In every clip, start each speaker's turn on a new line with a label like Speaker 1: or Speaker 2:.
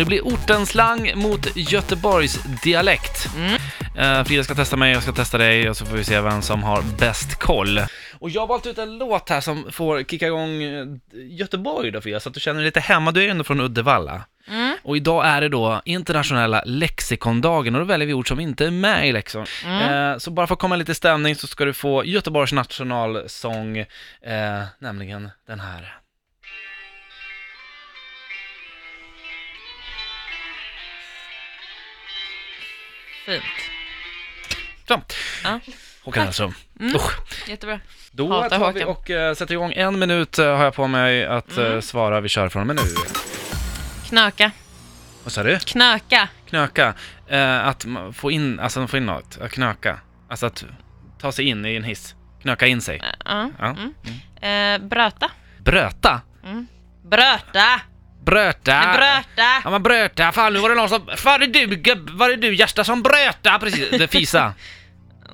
Speaker 1: Det blir ortenslang mot Göteborgs dialekt. Eh, Frida ska testa mig, jag ska testa dig och så får vi se vem som har bäst koll. Och jag har valt ut en låt här som får kicka igång eh, Göteborg då Frida, så att du känner dig lite hemma. Du är ju ändå från Uddevalla. Och idag är det då internationella lexikondagen och då väljer vi ord som inte är med i lexikon. Eh, så bara för att komma i lite stämning så ska du få Göteborgs nationalsång, eh, nämligen den här.
Speaker 2: Fint.
Speaker 1: Så,
Speaker 2: Ja.
Speaker 1: Håkan Hellström. Usch.
Speaker 2: Jättebra.
Speaker 1: Då tar
Speaker 2: Hatar
Speaker 1: vi
Speaker 2: Håkan. Mm.
Speaker 1: och eh, sätter igång. En minut eh, har jag på mig att eh, svara. Vi kör från och med nu.
Speaker 2: Knöka.
Speaker 1: Vad sa du?
Speaker 2: Knöka.
Speaker 1: Knöka. Eh, att ma- få in, alltså få in något. Att knöka. Alltså att ta sig in i en hiss. Knöka in sig.
Speaker 2: Ja.
Speaker 1: Ja.
Speaker 2: Mm. Eh, bröta.
Speaker 1: Bröta.
Speaker 2: Bröta!
Speaker 1: Bröta.
Speaker 2: Det är
Speaker 1: Ja
Speaker 2: bröta!
Speaker 1: men bröta, fan nu var det någon som... Fan det är du, gubb- var det du Gösta som bröta precis? Det är fisa.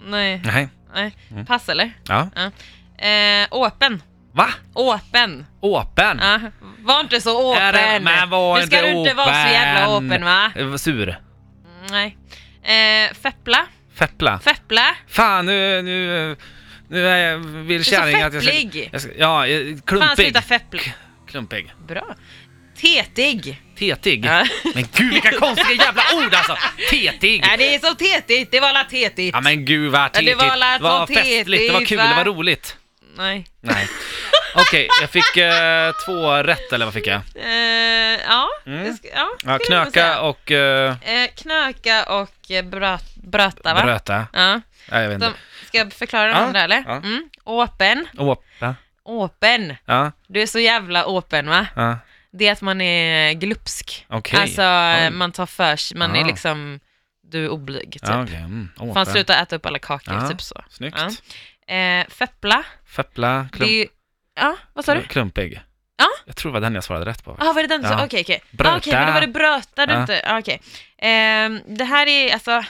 Speaker 2: Nej,
Speaker 1: Nej.
Speaker 2: nej.
Speaker 1: Mm.
Speaker 2: Pass eller?
Speaker 1: Ja.
Speaker 2: Ja. Eh, open.
Speaker 1: Va?
Speaker 2: Open.
Speaker 1: Åpen?
Speaker 2: Ja. Var inte så
Speaker 1: Är det-
Speaker 2: open.
Speaker 1: men var
Speaker 2: nu ska
Speaker 1: inte
Speaker 2: du inte vara så jävla
Speaker 1: open.
Speaker 2: open va?
Speaker 1: Eh, Sur.
Speaker 2: Nej. Eh, feppla.
Speaker 1: Feppla.
Speaker 2: Feppla.
Speaker 1: Fan, nu... nu nu är jag, vill
Speaker 2: så
Speaker 1: kärringen att jag
Speaker 2: fepplig.
Speaker 1: jag ska, ja, eh,
Speaker 2: Fan
Speaker 1: klumpig.
Speaker 2: sluta feppla.
Speaker 1: klumpig.
Speaker 2: Bra. Tetig.
Speaker 1: Tetig.
Speaker 2: Ja.
Speaker 1: Men gud vilka konstiga jävla ord alltså! Tetig!
Speaker 2: Nej det är så tetigt, det var alla tetigt.
Speaker 1: Ja men gud vad
Speaker 2: Ja, det
Speaker 1: tetigt.
Speaker 2: var alla
Speaker 1: Det var
Speaker 2: så
Speaker 1: festligt, det var
Speaker 2: tetigt,
Speaker 1: kul,
Speaker 2: va?
Speaker 1: det var roligt.
Speaker 2: Nej.
Speaker 1: Nej. Okej, jag fick eh, två rätt eller vad fick jag?
Speaker 2: Eh, ja,
Speaker 1: Mm.
Speaker 2: det ska, ja,
Speaker 1: Ja,
Speaker 2: skulle jag nog säga.
Speaker 1: knöka och eh,
Speaker 2: Eh, knöka och eh, bröt, bröta va?
Speaker 1: bröta.
Speaker 2: Ja.
Speaker 1: Nej, jag vet
Speaker 2: De,
Speaker 1: inte.
Speaker 2: ska jag förklara de
Speaker 1: Ja,
Speaker 2: andra eller?
Speaker 1: ja.
Speaker 2: Mm. Open,
Speaker 1: Åpa.
Speaker 2: open.
Speaker 1: Ja,
Speaker 2: Du är så jävla open va?
Speaker 1: ja.
Speaker 2: Det är att man är glupsk.
Speaker 1: Okej.
Speaker 2: Alltså
Speaker 1: Oj.
Speaker 2: man tar för sig, man
Speaker 1: Ah.
Speaker 2: är liksom, du är oblyg typ.
Speaker 1: ja okej. Mm. Åpa.
Speaker 2: Fan sluta äta upp alla kakor,
Speaker 1: Ja.
Speaker 2: typ så.
Speaker 1: Snyggt.
Speaker 2: Ja. Eh, feppla,
Speaker 1: Feppla,
Speaker 2: det är
Speaker 1: klump,
Speaker 2: ju, ja vad sa du?
Speaker 1: klumpig.
Speaker 2: Ja.
Speaker 1: Jag tror det var den jag svarade rätt på.
Speaker 2: Ja, ah, var det den du sa?
Speaker 1: Ja.
Speaker 2: Okej, okej.
Speaker 1: Bröta.
Speaker 2: Ah, okej, men då var det bröta du
Speaker 1: Ja.
Speaker 2: inte... Ah, okej. Ehm, det här är alltså...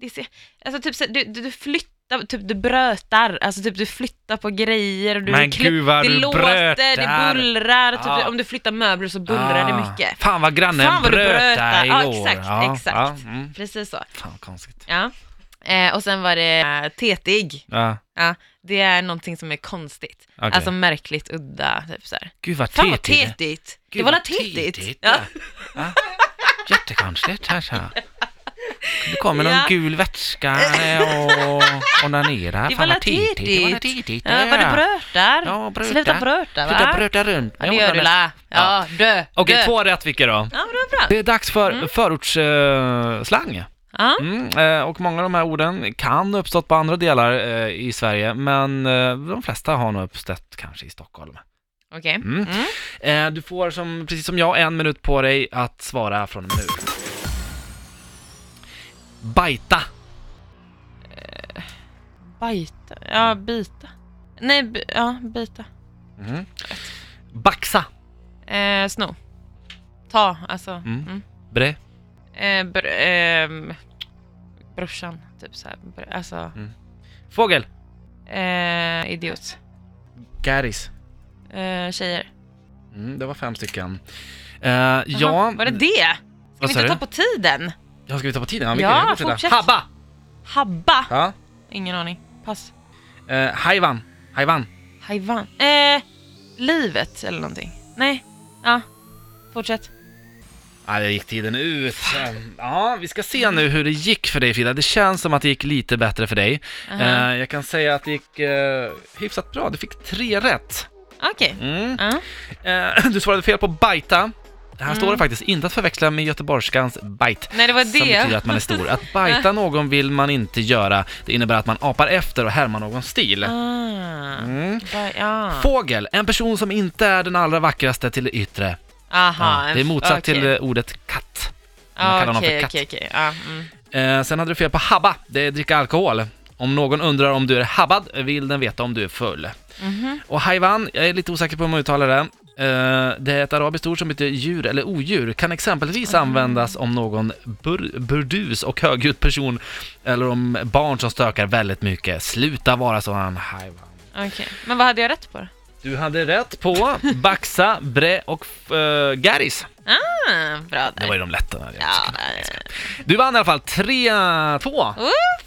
Speaker 2: Det är, så- alltså typ så, du, du, du flyttar, typ du brötar, alltså typ du flyttar på grejer och du...
Speaker 1: Men
Speaker 2: klipp-
Speaker 1: gud vad
Speaker 2: det
Speaker 1: du
Speaker 2: låter,
Speaker 1: brötar. Ah.
Speaker 2: det bullrar, typ,
Speaker 1: Ja.
Speaker 2: om du flyttar möbler så bullrar det mycket.
Speaker 1: Ah. Fan vad grannen
Speaker 2: Fan vad du
Speaker 1: bröt
Speaker 2: bröt
Speaker 1: där
Speaker 2: där.
Speaker 1: igår.
Speaker 2: Ja, exakt, exakt.
Speaker 1: Ja, mm.
Speaker 2: Precis så.
Speaker 1: Fan vad konstigt.
Speaker 2: Ja. Eh, och sen var det eh, tetig.
Speaker 1: Ja,
Speaker 2: Ja, det är någonting som är konstigt.
Speaker 1: okej.
Speaker 2: Alltså märkligt, udda, typ så här.
Speaker 1: Gud vad
Speaker 2: Fan vad
Speaker 1: tetigt.
Speaker 2: tetigt!
Speaker 1: Gud,
Speaker 2: det var
Speaker 1: vad
Speaker 2: la tetigt?
Speaker 1: tetigt.
Speaker 2: Ja.
Speaker 1: Ja. Jättekonstigt alltså. Det kommer någon
Speaker 2: Ja.
Speaker 1: gul vätska och onanerar.
Speaker 2: Det
Speaker 1: Fan
Speaker 2: var
Speaker 1: vad tetigt. Det var la tetigt.
Speaker 2: Ja, var det brötar?
Speaker 1: Ja, brötar.
Speaker 2: Sluta bröta va?
Speaker 1: Sluta bröta runt.
Speaker 2: Ja, det gör du la. Ja, dö.
Speaker 1: Okej,
Speaker 2: dö.
Speaker 1: två rätt fick jag då.
Speaker 2: Ja, Mm. men det var bra.
Speaker 1: Det är dags för förortsslang.
Speaker 2: Ja.
Speaker 1: Mm, eh, och många av de här orden kan ha uppstått på andra delar eh, i Sverige, men eh, de flesta har nog uppstått kanske i Stockholm.
Speaker 2: Okej.
Speaker 1: Mm.
Speaker 2: Mm.
Speaker 1: Eh, du får, som, precis som jag, en minut på dig att svara från och med nu. Bajta.
Speaker 2: Bajta. Ja, bita. Nej, b- ja, bita.
Speaker 1: Mm. Baxa.
Speaker 2: Eh, sno. Ta, alltså.
Speaker 1: Mm.
Speaker 2: Mm.
Speaker 1: Bre.
Speaker 2: Eh, br- ehm, brorsan, typ så här. Br- alltså.
Speaker 1: Fågel.
Speaker 2: Eh, idiot.
Speaker 1: Garis.
Speaker 2: Eh, tjejer.
Speaker 1: Mm, det var fem stycken. Eh, ja,
Speaker 2: Jaha, Var det det? Ska
Speaker 1: Vad
Speaker 2: vi
Speaker 1: sa
Speaker 2: inte
Speaker 1: du?
Speaker 2: ta på tiden?
Speaker 1: Ja, ska vi ta på tiden? vi
Speaker 2: Ja,
Speaker 1: kan fortsätta.
Speaker 2: fortsätt.
Speaker 1: Habba.
Speaker 2: Habba.
Speaker 1: Ja.
Speaker 2: Ingen aning. Pass.
Speaker 1: Eh, hajvan. Hajvan.
Speaker 2: Hajvan? Eh, livet eller någonting. Nej. Ja. Fortsätt.
Speaker 1: Ja, det gick tiden ut. Ja, vi ska se nu hur det gick för dig Frida. Det känns som att det gick lite bättre för dig.
Speaker 2: Aha.
Speaker 1: Eh, jag kan säga att det gick eh, hyfsat bra. Du fick tre rätt.
Speaker 2: Okej.
Speaker 1: Mm.
Speaker 2: Ja.
Speaker 1: Eh, du svarade fel på bajta. Här står det faktiskt, inte att förväxla med göteborgskans bajt.
Speaker 2: Nej, det var
Speaker 1: Som betyder
Speaker 2: Mm. det.
Speaker 1: att man är stor. Att bajta någon vill man inte göra. Det innebär att man apar efter och härmar någons stil.
Speaker 2: Ah.
Speaker 1: Mm.
Speaker 2: Ba- ja.
Speaker 1: Fågel, en person som inte är den allra vackraste till det yttre.
Speaker 2: Aha.
Speaker 1: Ja, det är motsatt
Speaker 2: Ah. okej.
Speaker 1: till eh, ordet katt. man
Speaker 2: Ah,
Speaker 1: kallar någon för
Speaker 2: Okej,
Speaker 1: katt.
Speaker 2: okej, okej. Ja, mm.
Speaker 1: Eh, sen hade du fel på habba, det är dricka alkohol. Om någon undrar om du är habbad vill den veta om du är full.
Speaker 2: Mhm.
Speaker 1: Och haiwan, jag är lite osäker på hur man uttalar det. Eh, det är ett arabiskt ord som betyder djur eller odjur. Kan exempelvis användas om någon bur- burdus och högljudd person eller om barn som stökar väldigt mycket. Sluta vara sådan haiwan.
Speaker 2: Okej. Men vad hade jag rätt på då?
Speaker 1: Du hade rätt på Baxa, Bre och uh, Garis.
Speaker 2: Ah, bra
Speaker 1: Det
Speaker 2: där.
Speaker 1: var ju de lätta.
Speaker 2: Ja, eh,
Speaker 1: Du vann i alla fall 3-2.
Speaker 2: Woho!